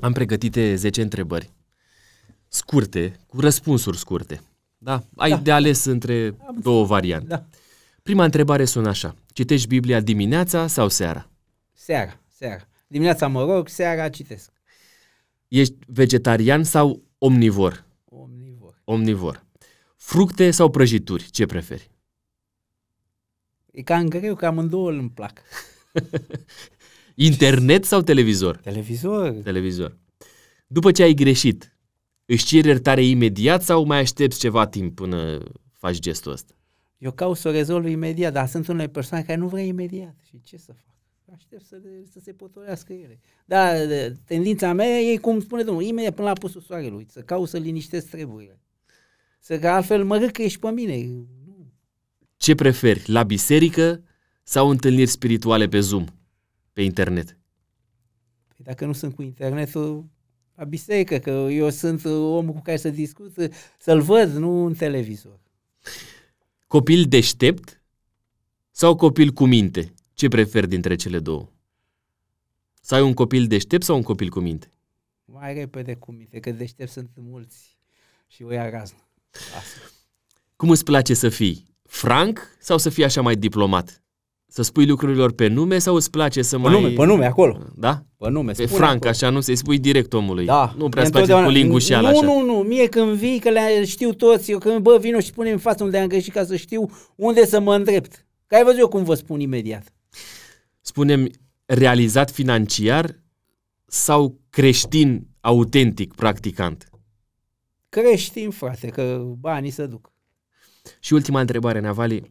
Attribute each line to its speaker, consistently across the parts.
Speaker 1: Am pregătite 10 întrebări scurte, cu răspunsuri scurte. Da? Ai da. de ales între două variante.
Speaker 2: Da.
Speaker 1: Prima întrebare sună așa. Citești Biblia dimineața sau seara?
Speaker 2: Seara, seara. Dimineața mă rog, seara citesc.
Speaker 1: Ești vegetarian sau omnivor?
Speaker 2: Omnivor.
Speaker 1: Omnivor. Fructe sau prăjituri? Ce preferi?
Speaker 2: E cam greu, că amândouă îmi plac.
Speaker 1: Internet sau televizor?
Speaker 2: Televizor.
Speaker 1: Televizor. După ce ai greșit, își ceri iertare imediat sau mai aștepți ceva timp până faci gestul ăsta?
Speaker 2: Eu caut să o rezolv imediat, dar sunt unele persoane care nu vrea imediat. Și ce să fac? Aștept să, le- să se potolească ele. Dar de- tendința mea e, cum spune domnul, imediat până la pusul soarelui, să caut să liniștesc treburile. Să că altfel mă râcă și pe mine. Nu.
Speaker 1: Ce preferi, la biserică sau întâlniri spirituale pe Zoom, pe internet?
Speaker 2: Păi dacă nu sunt cu internetul, la biserică, că eu sunt uh, omul cu care să discut, uh, să-l văd, nu în televizor.
Speaker 1: Copil deștept sau copil cu minte? Ce preferi dintre cele două? Să ai un copil deștept sau un copil cu minte?
Speaker 2: Mai repede cu minte, că deștept sunt mulți și o ia raznă. Asta.
Speaker 1: Cum îți place să fii? Franc sau să fii așa mai diplomat? Să spui lucrurilor pe nume sau îți place să
Speaker 2: Pe
Speaker 1: mai...
Speaker 2: nume, pe nume, acolo.
Speaker 1: Da?
Speaker 2: Pe nume,
Speaker 1: Pe
Speaker 2: spune
Speaker 1: franc,
Speaker 2: acolo.
Speaker 1: așa, nu să-i spui direct omului.
Speaker 2: Da.
Speaker 1: Nu prea îți place
Speaker 2: Întotdeauna-
Speaker 1: cu lingușeală
Speaker 2: Nu,
Speaker 1: așa.
Speaker 2: nu, nu. Mie când vii, că le știu toți, eu când bă, vino și pune în față unde am greșit ca să știu unde să mă îndrept. Că ai văzut eu cum vă spun imediat.
Speaker 1: Spunem, realizat financiar sau creștin autentic practicant?
Speaker 2: Creștin, frate, că banii se duc.
Speaker 1: Și ultima întrebare, Navali.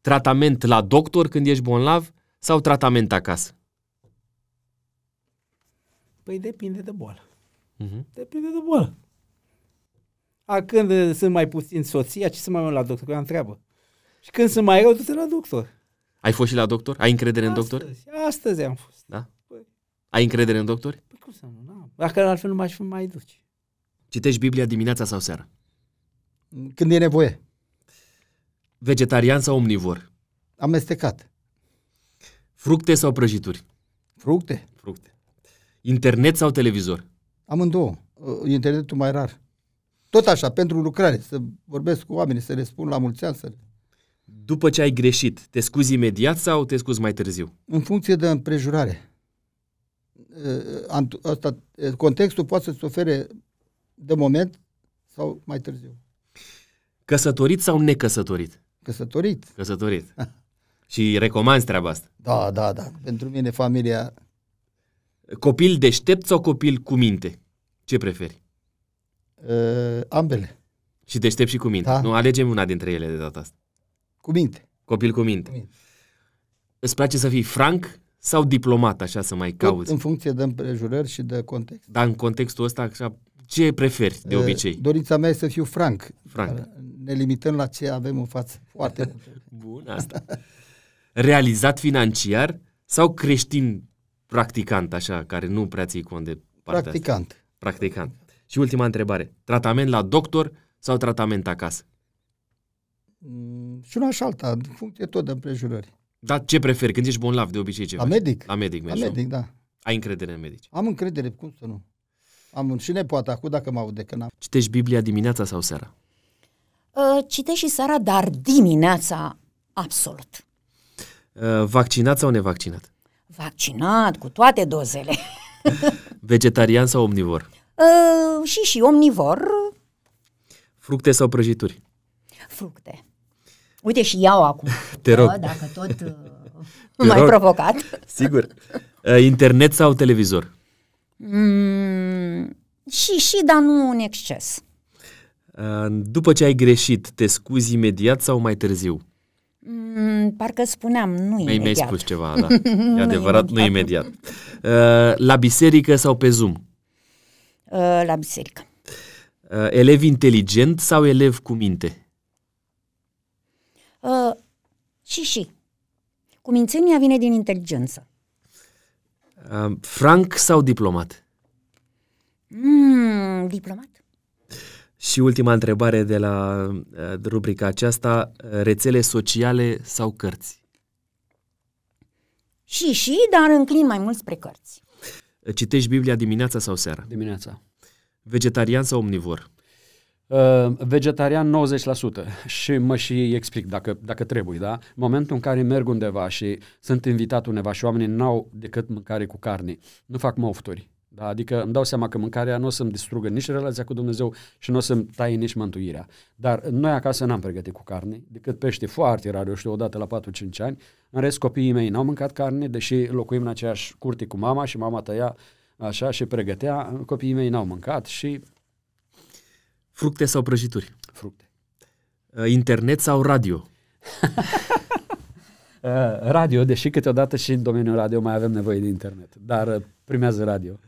Speaker 1: Tratament la doctor când ești bolnav sau tratament acasă?
Speaker 2: Păi depinde de boală.
Speaker 1: Mhm.
Speaker 2: Depinde de boală. A când uh, sunt mai puțin soția, ce să mai merg la doctor, că am treabă. Și când sunt mai rău, du-te la doctor.
Speaker 1: Ai fost și la doctor? Ai încredere în doctor?
Speaker 2: Astăzi, astăzi am fost.
Speaker 1: Da? Ai încredere în doctor?
Speaker 2: Păi cum să nu, n-am. Dacă altfel nu m-aș fi mai duci.
Speaker 1: Citești Biblia dimineața sau seara?
Speaker 3: Când e nevoie.
Speaker 1: Vegetarian sau omnivor?
Speaker 3: Amestecat.
Speaker 1: Fructe sau prăjituri?
Speaker 3: Fructe.
Speaker 1: Fructe. Internet sau televizor?
Speaker 3: Amândouă. Uh, Internetul mai rar. Tot așa, pentru lucrare, să vorbesc cu oamenii, să le spun la mulți ani, să...
Speaker 1: După ce ai greșit, te scuzi imediat sau te scuzi mai târziu?
Speaker 3: în funcție de împrejurare. Uh, ant- Asta, uh, contextul poate să-ți ofere de moment sau mai târziu.
Speaker 1: Căsătorit sau necăsătorit?
Speaker 3: Căsătorit.
Speaker 1: Căsătorit. Și recomanzi treaba asta.
Speaker 3: Da, da, da. Pentru mine familia
Speaker 1: Copil deștept sau copil cu minte? Ce preferi?
Speaker 3: Uh, ambele.
Speaker 1: Și deștept și cu minte.
Speaker 3: Da.
Speaker 1: Nu, alegem una dintre ele de data asta.
Speaker 3: Cu minte.
Speaker 1: Copil cu minte.
Speaker 3: Cu minte.
Speaker 1: Îți place să fii franc sau diplomat, așa să mai
Speaker 3: Tot
Speaker 1: cauți?
Speaker 3: în funcție de împrejurări și de context.
Speaker 1: Dar în contextul ăsta, așa, ce preferi de
Speaker 3: Uh,
Speaker 1: obicei?
Speaker 3: Dorința mea e să fiu franc.
Speaker 1: Franc.
Speaker 3: Dar Ne limităm la ce avem în față. Foarte mult.
Speaker 1: Bun, asta. Realizat financiar sau creștin practicant, așa, care nu prea ții cont de partea asta?
Speaker 3: Practicant.
Speaker 1: Practicant. Și ultima întrebare. Tratament la doctor sau tratament acasă?
Speaker 3: Mm, Și una și alta, în funcție tot de împrejurări.
Speaker 1: Dar ce preferi? Când ești bolnav, de obicei ce
Speaker 3: La
Speaker 1: faci?
Speaker 3: medic?
Speaker 1: La medic,
Speaker 3: La
Speaker 1: mergi, nu?
Speaker 3: medic, da.
Speaker 1: Ai încredere în medici.
Speaker 3: Am încredere, cum să nu? Am un și nepoata acum dacă mă aude, că n-am.
Speaker 1: Citești Biblia dimineața sau seara?
Speaker 4: Uh, Citești și seara, dar dimineața, absolut.
Speaker 1: Uh, Vaccinat sau nevaccinat?
Speaker 4: Vaccinat, cu toate dozele.
Speaker 1: Vegetarian sau omnivor?
Speaker 4: Uh, și și omnivor,
Speaker 1: Fructe sau prăjituri?
Speaker 4: fructe. Uite și iau acum.
Speaker 1: Te rog.
Speaker 5: Da,
Speaker 4: Că Dacă tot uh,
Speaker 1: Te
Speaker 4: m-ai
Speaker 1: rog.
Speaker 4: provocat.
Speaker 1: Sigur. Uh, Internet sau televizor?
Speaker 4: Mm, și, și, dar nu în exces.
Speaker 1: Uh, După ce ai greșit, te scuzi imediat sau mai târziu?
Speaker 4: Mm, parcă spuneam, nu
Speaker 1: Mi-ai, mi-ai
Speaker 4: imediat.
Speaker 1: spus ceva, da. E adevărat, nu imediat. Uh, La biserică sau pe Zoom?
Speaker 4: Uh, la biserică.
Speaker 1: Uh, Elev inteligent sau elev cu minte?
Speaker 4: Uh, și, și. Cumințenia vine din inteligență.
Speaker 1: Uh, Franc sau diplomat?
Speaker 4: Mm, diplomat?
Speaker 1: Și ultima întrebare de la uh, rubrica aceasta, uh, rețele sociale sau cărți?
Speaker 4: Și, și, dar înclin mai mult spre cărți.
Speaker 1: Eh, Citești Biblia dimineața sau seara?
Speaker 6: dimineața.
Speaker 1: Vegetarian sau omnivor?
Speaker 6: Uh, vegetarian 90% și mă și explic dacă, dacă trebuie, da? În momentul în care merg undeva și sunt invitat undeva și oamenii n-au decât mâncare cu carne, nu fac mofturi. Da? Adică îmi dau seama că mâncarea nu o să-mi distrugă nici relația cu Dumnezeu și nu o să-mi taie nici mântuirea. Dar noi acasă n-am pregătit cu carne, decât pește foarte rar, eu știu, odată la 4-5 ani. În rest, copiii mei n-au mâncat carne, deși locuim în aceeași curte cu mama și mama tăia așa și pregătea, copiii mei n-au mâncat și
Speaker 1: Fructe sau prăjituri?
Speaker 6: fructe.
Speaker 1: Uh, Internet sau radio?
Speaker 6: Uh, radio, deși câteodată și în domeniul radio mai avem nevoie de internet, dar uh, primează radio.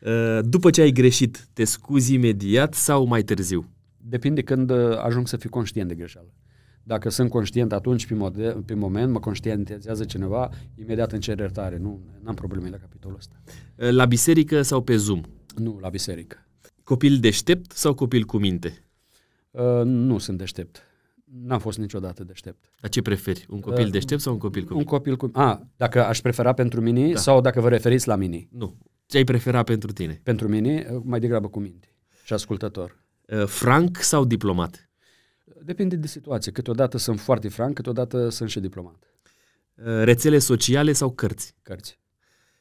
Speaker 1: Uh, După ce ai greșit, te scuzi imediat sau mai târziu?
Speaker 6: Depinde când uh, ajung să fiu conștient de greșeală. Dacă sunt conștient atunci, pe, mode, pe moment, mă conștientizează cineva, imediat în cer iertare. Nu, n-am probleme la capitolul ăsta.
Speaker 1: Uh, La biserică sau pe Zoom?
Speaker 6: Nu, la biserică.
Speaker 1: Copil deștept sau copil cu minte?
Speaker 6: Uh, nu sunt deștept. N-am fost niciodată deștept.
Speaker 1: Dar ce preferi? Un copil
Speaker 6: Uh,
Speaker 1: deștept sau un copil cu
Speaker 6: Un
Speaker 1: minte?
Speaker 6: copil cu... A, dacă aș prefera pentru mine da. sau dacă vă referiți la mine.
Speaker 1: Nu. Ce ai prefera pentru tine?
Speaker 6: Pentru mine, uh, mai degrabă cu minte și ascultător.
Speaker 1: Uh, Franc sau diplomat?
Speaker 6: Depinde de situație. Câteodată sunt foarte franc, câteodată sunt și diplomat.
Speaker 1: Uh, Rețele sociale sau cărți?
Speaker 6: Cărți.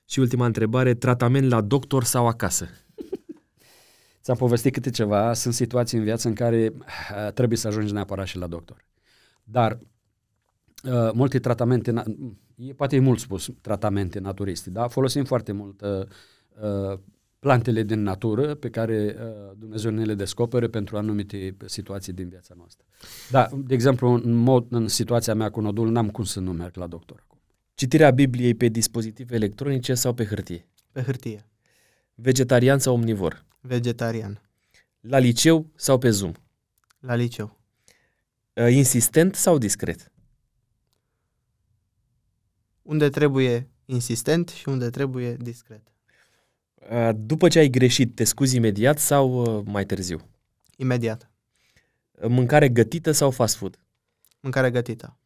Speaker 1: Și ultima întrebare, tratament la doctor sau acasă?
Speaker 6: Ți-am povestit câte ceva, sunt situații în viață în care ah, trebuie să ajungi neapărat și la doctor. Dar uh, multe tratamente, na- e, poate e mult spus, tratamente naturiste, da? Folosim foarte mult uh, uh, plantele din natură pe care uh, Dumnezeu ne le descoperă pentru anumite situații din viața noastră. Da, de exemplu, în, mod, în situația mea cu nodul, n-am cum să nu merg la doctor acum.
Speaker 1: Citirea Bibliei pe dispozitive electronice sau pe hârtie?
Speaker 7: Pe hârtie.
Speaker 1: Vegetarian sau omnivor?
Speaker 7: Vegetarian.
Speaker 1: La liceu sau pe Zoom?
Speaker 7: La liceu.
Speaker 1: Uh, Insistent sau discret?
Speaker 7: Unde trebuie insistent și unde trebuie discret.
Speaker 1: Uh, După ce ai greșit, te scuzi imediat sau uh, mai târziu?
Speaker 7: Imediat.
Speaker 1: Uh, Mâncare gătită sau fast food?
Speaker 7: Mâncare gătită.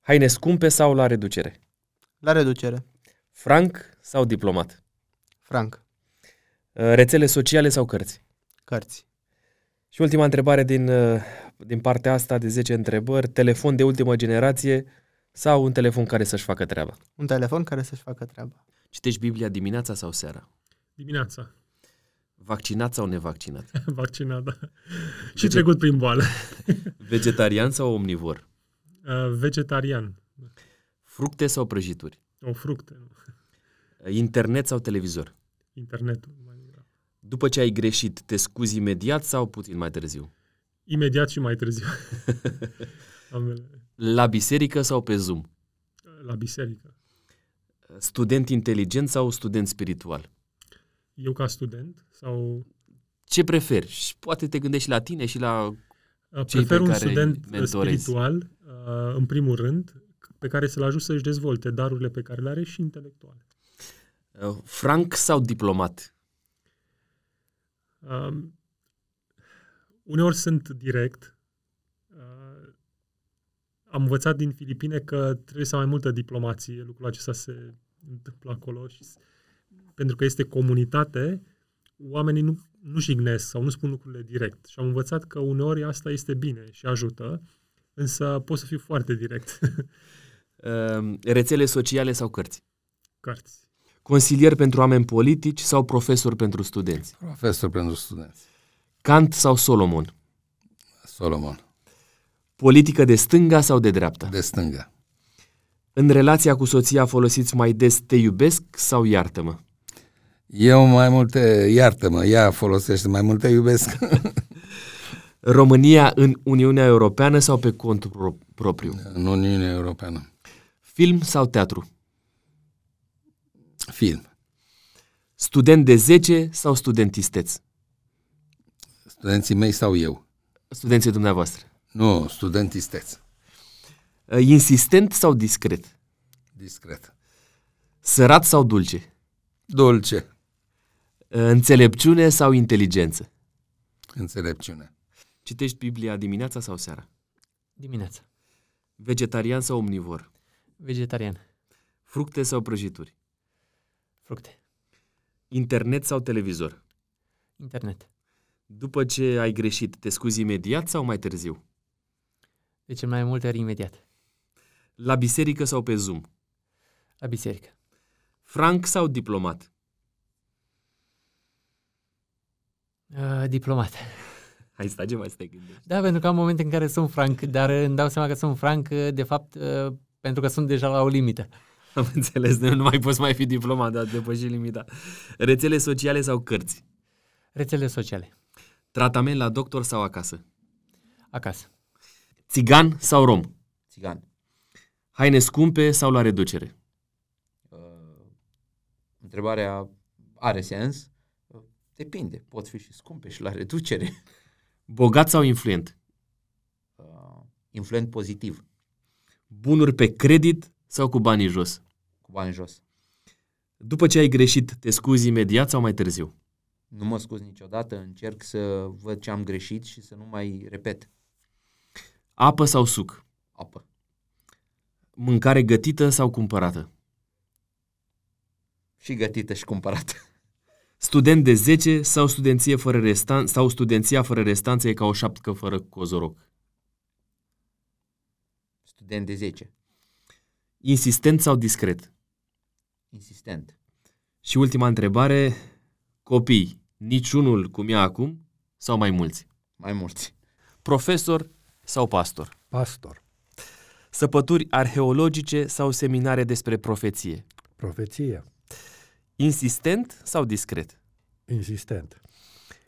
Speaker 1: Haine scumpe sau la reducere?
Speaker 7: La reducere.
Speaker 1: Franc sau diplomat?
Speaker 7: Franc.
Speaker 1: Uh, Rețele sociale sau cărți?
Speaker 7: Cărți.
Speaker 1: Și ultima întrebare din, uh, din partea asta de 10 întrebări, telefon de ultimă generație sau un telefon care să-și facă treaba?
Speaker 7: Un telefon care să-și facă treaba.
Speaker 1: Citești Biblia dimineața sau seara?
Speaker 8: Dimineața,
Speaker 1: Vaccinat sau nevaccinat?
Speaker 8: vaccinat, da. Și trecut prin boală.
Speaker 1: Vegetarian sau omnivor?
Speaker 8: Uh, Vegetarian,
Speaker 1: Fructe sau prăjituri? Uh,
Speaker 8: o fructe, nu?
Speaker 1: Internet sau televizor?
Speaker 8: internetul. mai degrabă.
Speaker 1: După ce ai greșit, te scuzi imediat sau puțin mai târziu?
Speaker 8: Imediat și mai târziu. Ambele.
Speaker 1: La biserică sau pe Zoom? Uh,
Speaker 8: La biserică.
Speaker 1: Student inteligent sau student spiritual?
Speaker 8: Eu ca student sau... uh,
Speaker 1: Ce preferi? Și poate te gândești la tine și la...
Speaker 8: uh,
Speaker 1: Cei
Speaker 8: Prefer
Speaker 1: pe
Speaker 8: un
Speaker 1: care îi
Speaker 8: student uh,
Speaker 1: mentorezi.
Speaker 8: spiritual, uh, în primul rând, pe care să-l ajut să-și dezvolte darurile pe care le are și intelectuale.
Speaker 1: uh, Franc sau diplomat?
Speaker 8: Um, uneori sunt direct. Uh, am învățat din Filipine că trebuie să am mai multă diplomație. Lucrul acesta se întâmplă acolo și s- pentru că este comunitate, oamenii nu, nu jignesc sau nu spun lucrurile direct. Și am învățat că uneori asta este bine și ajută, însă pot să fiu foarte direct.
Speaker 1: Uh, Rețele sociale sau cărți?
Speaker 8: Cărți.
Speaker 1: Consilier pentru oameni politici sau profesor pentru studenți?
Speaker 9: Profesor pentru studenți.
Speaker 1: Kant sau Solomon?
Speaker 9: Solomon.
Speaker 1: Politică de stânga sau de dreapta?
Speaker 9: De stânga.
Speaker 1: În relația cu soția folosiți mai des te iubesc sau iartă-mă?
Speaker 9: Eu mai multe, iartă-mă, ea folosește mai multe, iubesc.
Speaker 1: România în Uniunea Europeană sau pe cont pro- propriu?
Speaker 9: în Uniunea Europeană.
Speaker 1: Film sau teatru?
Speaker 9: Film.
Speaker 1: Student de 10 sau studentisteți?
Speaker 9: Studenții mei sau eu.
Speaker 1: Studenții dumneavoastră.
Speaker 9: Nu, studentisteți.
Speaker 1: Insistent sau discret?
Speaker 9: Discret.
Speaker 1: Sărat sau dulce?
Speaker 9: Dulce.
Speaker 1: Înțelepciune sau inteligență?
Speaker 9: Înțelepciune.
Speaker 1: Citești Biblia dimineața sau seara?
Speaker 10: Dimineața.
Speaker 1: Vegetarian sau omnivor?
Speaker 10: Vegetarian.
Speaker 1: Fructe sau prăjituri?
Speaker 10: Fructe.
Speaker 1: Internet sau televizor?
Speaker 11: Internet.
Speaker 1: După ce ai greșit, te scuzi imediat sau mai târziu?
Speaker 11: De cel deci mai multe ori imediat.
Speaker 1: La biserică sau pe Zoom?
Speaker 11: La biserică.
Speaker 1: Franc sau diplomat?
Speaker 11: Uh, diplomat.
Speaker 1: Hai, stai ce mai stai gândești.
Speaker 11: Da, pentru că am momente în care sunt franc, dar îmi dau seama că sunt franc, uh, de fapt, uh, pentru că sunt deja la o limită.
Speaker 1: Am înțeles, nu mai poți mai fi diplomat, dar depăși limita. Rețele sociale sau cărți?
Speaker 11: Rețele sociale.
Speaker 1: Tratament la doctor sau acasă?
Speaker 11: Acasă.
Speaker 1: Țigan sau rom?
Speaker 9: Țigan.
Speaker 1: Haine scumpe sau la reducere?
Speaker 9: Uh, întrebarea are sens. Uh, Depinde. Pot fi și scumpe și la reducere.
Speaker 1: Bogat sau influent?
Speaker 9: Uh, influent pozitiv.
Speaker 1: Bunuri pe credit sau cu banii jos?
Speaker 9: Cu bani jos.
Speaker 1: După ce ai greșit, te scuzi imediat sau mai târziu?
Speaker 9: Nu mă scuz niciodată. Încerc să văd ce am greșit și să nu mai repet.
Speaker 1: Apă sau suc?
Speaker 9: Apă.
Speaker 1: Mâncare gătită sau cumpărată?
Speaker 9: Și gătită și cumpărată.
Speaker 1: Student de 10 sau studenție fără restan- sau studenția fără restanță e ca o șapcă fără cozoroc?
Speaker 9: Student de 10.
Speaker 1: Insistent sau discret?
Speaker 9: Insistent.
Speaker 1: Și ultima întrebare, copii, niciunul cum e acum sau mai mulți?
Speaker 9: Mai mulți.
Speaker 1: Profesor sau pastor?
Speaker 8: Pastor.
Speaker 1: Săpături arheologice sau seminare despre profeție?
Speaker 8: Profeție.
Speaker 1: Insistent sau discret?
Speaker 8: Insistent.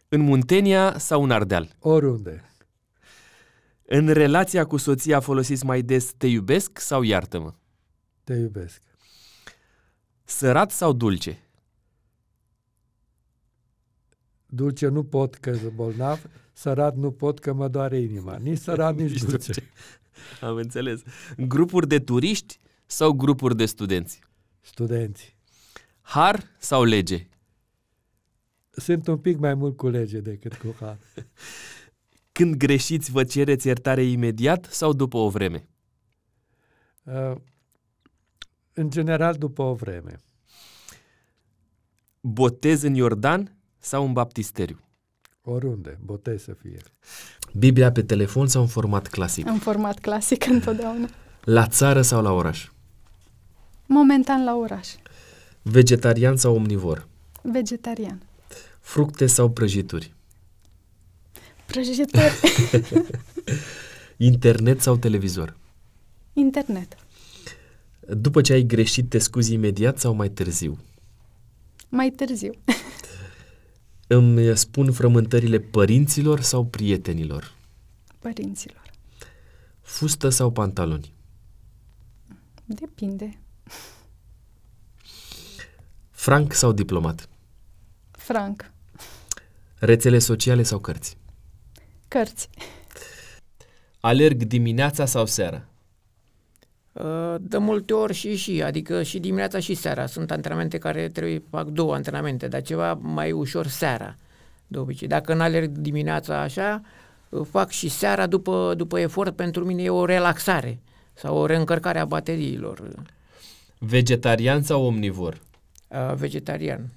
Speaker 1: În Muntenia sau în Ardeal?
Speaker 8: Oriunde.
Speaker 1: În relația cu soția folosiți mai des te iubesc sau iartă-mă?
Speaker 8: Te iubesc.
Speaker 1: Sărat sau dulce?
Speaker 8: Dulce nu pot că sunt bolnav, sărat nu pot că mă doare inima. Nici sărat, nici dulce.
Speaker 1: Am înțeles. Grupuri de turiști sau grupuri de studenți?
Speaker 8: Studenți.
Speaker 1: Har sau lege?
Speaker 8: Sunt un pic mai mult cu lege decât cu har.
Speaker 1: Când greșiți, vă cereți iertare imediat sau după o vreme?
Speaker 8: Uh, În general, după o vreme.
Speaker 1: Botez în Iordan sau în baptisteriu?
Speaker 8: Oriunde, botez să fie.
Speaker 1: Biblia pe telefon sau în format clasic?
Speaker 5: În format clasic întotdeauna.
Speaker 1: La țară sau la oraș?
Speaker 5: Momentan la oraș.
Speaker 1: Vegetarian sau omnivor?
Speaker 5: Vegetarian.
Speaker 1: Fructe sau prăjituri?
Speaker 5: Prăjitor.
Speaker 1: Internet sau televizor?
Speaker 5: Internet.
Speaker 1: După ce ai greșit, te scuzi imediat sau mai târziu?
Speaker 5: Mai târziu.
Speaker 1: Îmi spun frământările părinților sau prietenilor?
Speaker 5: Părinților.
Speaker 1: Fustă sau pantaloni?
Speaker 5: Depinde.
Speaker 1: Franc sau diplomat?
Speaker 5: Franc.
Speaker 1: Rețele sociale sau cărți?
Speaker 5: Cărți.
Speaker 1: Alerg dimineața sau seara?
Speaker 7: Uh, De multe ori și și, adică și dimineața și seara. Sunt antrenamente care trebuie, fac două antrenamente, dar ceva mai ușor seara, de obicei. Dacă nu alerg dimineața așa, uh, fac și seara după, după efort, pentru mine e o relaxare sau o reîncărcare a bateriilor.
Speaker 1: Vegetarian sau omnivor?
Speaker 7: Uh, Vegetarian.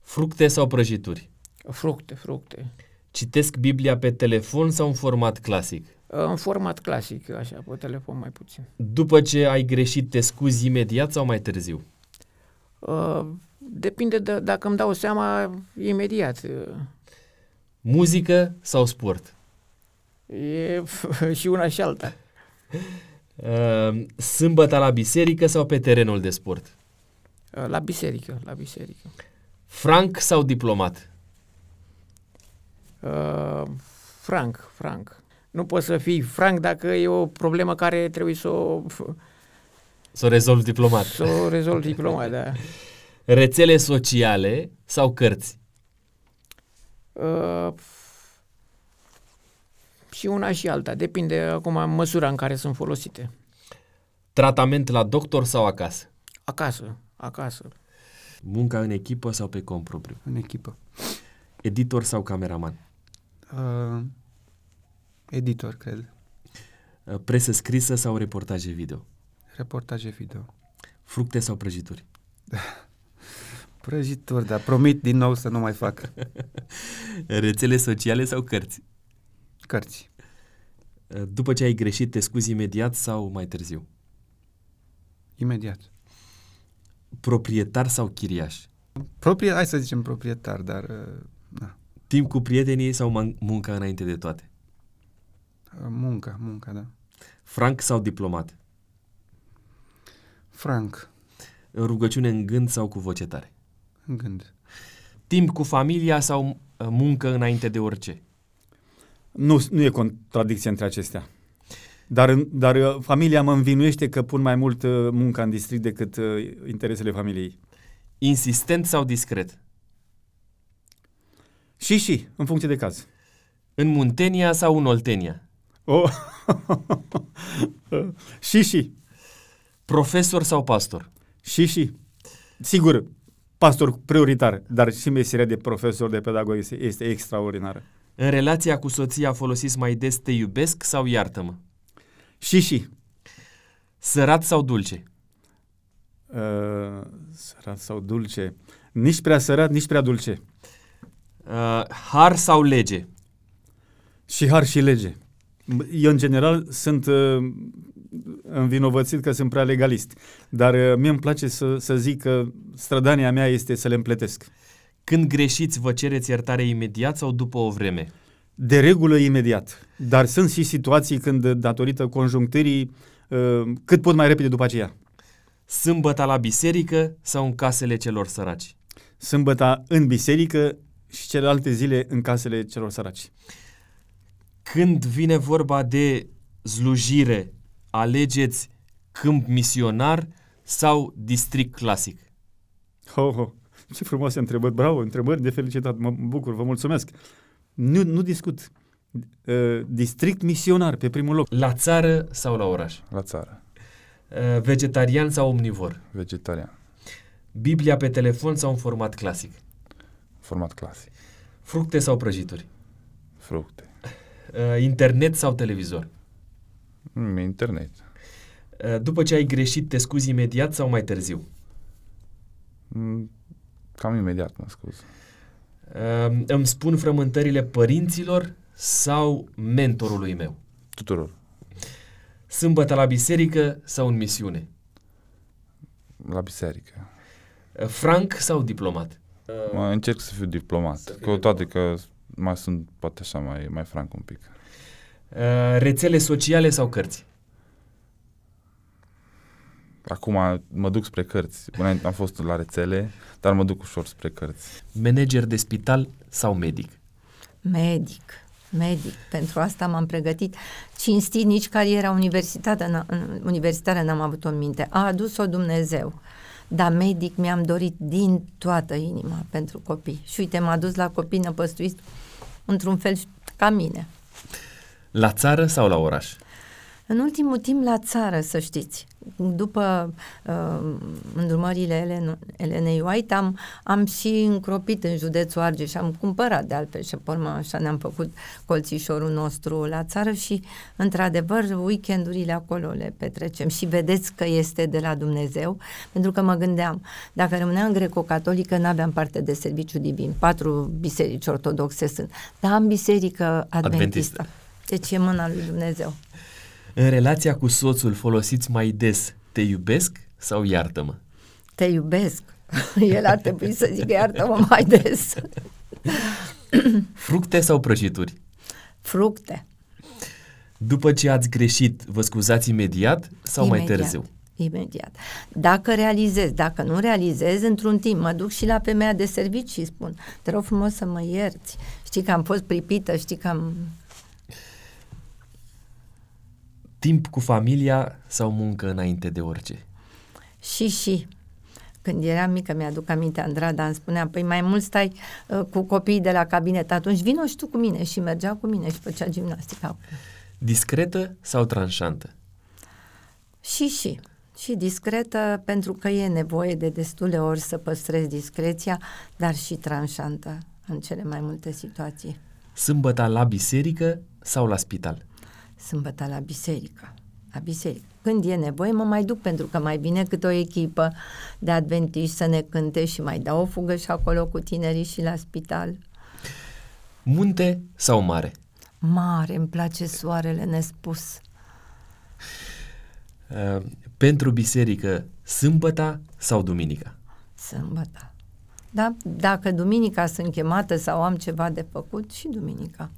Speaker 1: Fructe sau prăjituri?
Speaker 7: Fructe, fructe.
Speaker 1: Citesc Biblia pe telefon sau în format clasic?
Speaker 7: Uh, În format clasic, așa, pe telefon mai puțin.
Speaker 1: După ce ai greșit, te scuzi imediat sau mai târziu?
Speaker 7: Uh, Depinde de, dacă îmi dau seama imediat. Uh,
Speaker 1: Muzică sau sport?
Speaker 7: E și una și alta.
Speaker 1: Uh, Sâmbătă la biserică sau pe terenul de sport?
Speaker 7: Uh, La biserică, la biserică.
Speaker 1: Franc sau diplomat?
Speaker 7: Uh, franc, franc. Nu poți să fii franc dacă e o problemă care trebuie să o,
Speaker 1: Să o rezolvi diplomat.
Speaker 7: să o rezolvi diploma, da.
Speaker 1: Rețele sociale sau cărți?
Speaker 7: Uh, și una și alta. Depinde acum măsura în care sunt folosite.
Speaker 1: Tratament la doctor sau acasă?
Speaker 7: Acasă, acasă.
Speaker 1: Munca în echipă sau pe cont propriu?
Speaker 11: În echipă.
Speaker 1: Editor sau cameraman?
Speaker 11: Uh, editor, cred.
Speaker 1: Uh, Presă scrisă sau reportaje video?
Speaker 11: Reportaje video.
Speaker 1: Fructe sau prăjituri?
Speaker 7: Prăjituri, dar promit din nou să nu mai fac.
Speaker 1: Rețele sociale sau cărți? Uh,
Speaker 7: Cărți.
Speaker 1: După ce ai greșit, te scuzi imediat sau mai târziu?
Speaker 7: Imediat.
Speaker 1: Proprietar sau chiriaș?
Speaker 7: Proprie, hai să zicem proprietar, dar... uh, Na.
Speaker 1: Timp cu prietenii sau man- munca înainte de toate?
Speaker 7: Uh, Munca, munca, da.
Speaker 1: Franc sau diplomat?
Speaker 7: Franc.
Speaker 1: Rugăciune în gând sau cu voce tare?
Speaker 7: În gând.
Speaker 1: Timp cu familia sau uh, muncă înainte de orice?
Speaker 8: Nu, nu e contradicție între acestea. Dar, în- dar uh, familia mă învinuiește că pun mai mult uh, munca în district decât uh, interesele familiei.
Speaker 1: Insistent sau discret?
Speaker 8: Și și, în funcție de caz.
Speaker 1: În Muntenia sau în Oltenia?
Speaker 8: Oh. și și.
Speaker 1: Profesor sau pastor?
Speaker 8: Și și. Sigur, pastor prioritar, dar și meseria de profesor, de pedagog este, este extraordinară.
Speaker 1: În relația cu soția folosiți mai des te iubesc sau iartă-mă?
Speaker 8: Și și.
Speaker 1: Sărat sau dulce?
Speaker 8: Uh, sărat sau dulce? Nici prea sărat, nici prea dulce.
Speaker 1: Uh, har sau lege?
Speaker 8: Și har și lege. Eu, în general, sunt uh, învinovățit că sunt prea legalist, dar uh, mie îmi place să, să zic că strădania mea este să le împletesc.
Speaker 1: Când greșiți, vă cereți iertare imediat sau după o vreme?
Speaker 8: De regulă, imediat. Dar sunt și situații când, datorită conjuncturii, uh, cât pot mai repede după aceea.
Speaker 1: Sâmbăta la biserică sau în casele celor săraci?
Speaker 8: Sâmbăta în biserică și celelalte zile în casele celor săraci.
Speaker 1: Când vine vorba de slujire, alegeți câmp misionar sau district clasic?
Speaker 8: Ho, ho. Ce frumoase întrebări, bravo, întrebări de felicitat, mă bucur, vă mulțumesc. Nu, nu discut. Uh, district misionar, pe primul loc.
Speaker 1: La țară sau la oraș?
Speaker 9: La țară.
Speaker 1: Uh, Vegetarian sau omnivor?
Speaker 9: Vegetarian.
Speaker 1: Biblia pe telefon sau în format clasic?
Speaker 9: Format clasic.
Speaker 1: Fructe sau prăjituri?
Speaker 9: Fructe.
Speaker 1: Uh, Internet sau televizor?
Speaker 9: Mm, internet.
Speaker 1: Uh, După ce ai greșit, te scuzi imediat sau mai târziu?
Speaker 9: Mm, cam imediat mă scuz.
Speaker 1: Uh, Îmi spun frământările părinților sau mentorului meu?
Speaker 9: Tuturor.
Speaker 1: Sâmbătă la biserică sau în misiune?
Speaker 9: La biserică.
Speaker 1: Uh, Franc sau diplomat?
Speaker 9: Mă încerc să fiu diplomat. cu toate că mai sunt poate așa mai, mai franc un pic.
Speaker 1: Uh, Rețele sociale sau cărți?
Speaker 9: Acum mă duc spre cărți. Înainte am fost la rețele, dar mă duc ușor spre cărți.
Speaker 1: Manager de spital sau medic?
Speaker 5: Medic, medic. Pentru asta m-am pregătit. Cinstit, nici cariera universitară n-a- în- universitară n-am avut-o în minte. A adus-o Dumnezeu. Dar medic mi-am dorit din toată inima pentru copii. Și uite, m-a dus la copii năpăstuit într-un fel ca mine.
Speaker 1: La țară sau la oraș?
Speaker 5: În ultimul timp la țară, să știți. După uh, îndrumările Elen, Elenei White am, am și încropit în județul Argeș, am cumpărat de altfel și pe urmă așa ne-am făcut colțișorul nostru la țară și într-adevăr weekendurile acolo le petrecem și vedeți că este de la Dumnezeu, pentru că mă gândeam, dacă rămâneam greco-catolică n-aveam parte de serviciu divin, patru biserici ortodoxe sunt, dar am biserică
Speaker 1: Adventistă.
Speaker 5: adventistă. Deci e mâna lui Dumnezeu.
Speaker 1: În relația cu soțul folosiți mai des te iubesc sau iartă-mă?
Speaker 5: Te iubesc. El ar trebui să zică iartă-mă mai des.
Speaker 1: Fructe sau prăjituri?
Speaker 5: Fructe.
Speaker 1: După ce ați greșit, vă scuzați imediat sau imediat. mai
Speaker 5: Imediat.
Speaker 1: târziu?
Speaker 5: Imediat. Dacă realizez, dacă nu realizez, într-un timp mă duc și la femeia de serviciu și spun, te rog frumos să mă ierți. Știi că am fost pripită, știi că am...
Speaker 1: Timp cu familia sau muncă înainte de orice?
Speaker 5: Și, și. Când eram mică, mi-aduc aminte, Andrada îmi spunea, păi mai mult stai uh, cu copiii de la cabinet, atunci vino și tu cu mine. Și mergea cu mine și făcea gimnastică.
Speaker 1: Discretă sau tranșantă?
Speaker 5: Și, și. Și discretă, pentru că e nevoie de destule ori să păstrezi discreția, dar și tranșantă în cele mai multe situații.
Speaker 1: Sâmbăta la biserică sau la spital?
Speaker 5: Sâmbătă la biserică. la biserică. Când e nevoie, mă mai duc pentru că mai bine cât o echipă de adventiști să ne cânte și mai dau o fugă și acolo cu tinerii și la spital.
Speaker 1: Munte sau mare?
Speaker 5: Mare, îmi place soarele nespus.
Speaker 1: Uh, pentru biserică, sâmbăta sau duminica?
Speaker 5: Sâmbătă. Da? Dacă duminica sunt chemată sau am ceva de făcut, și duminica.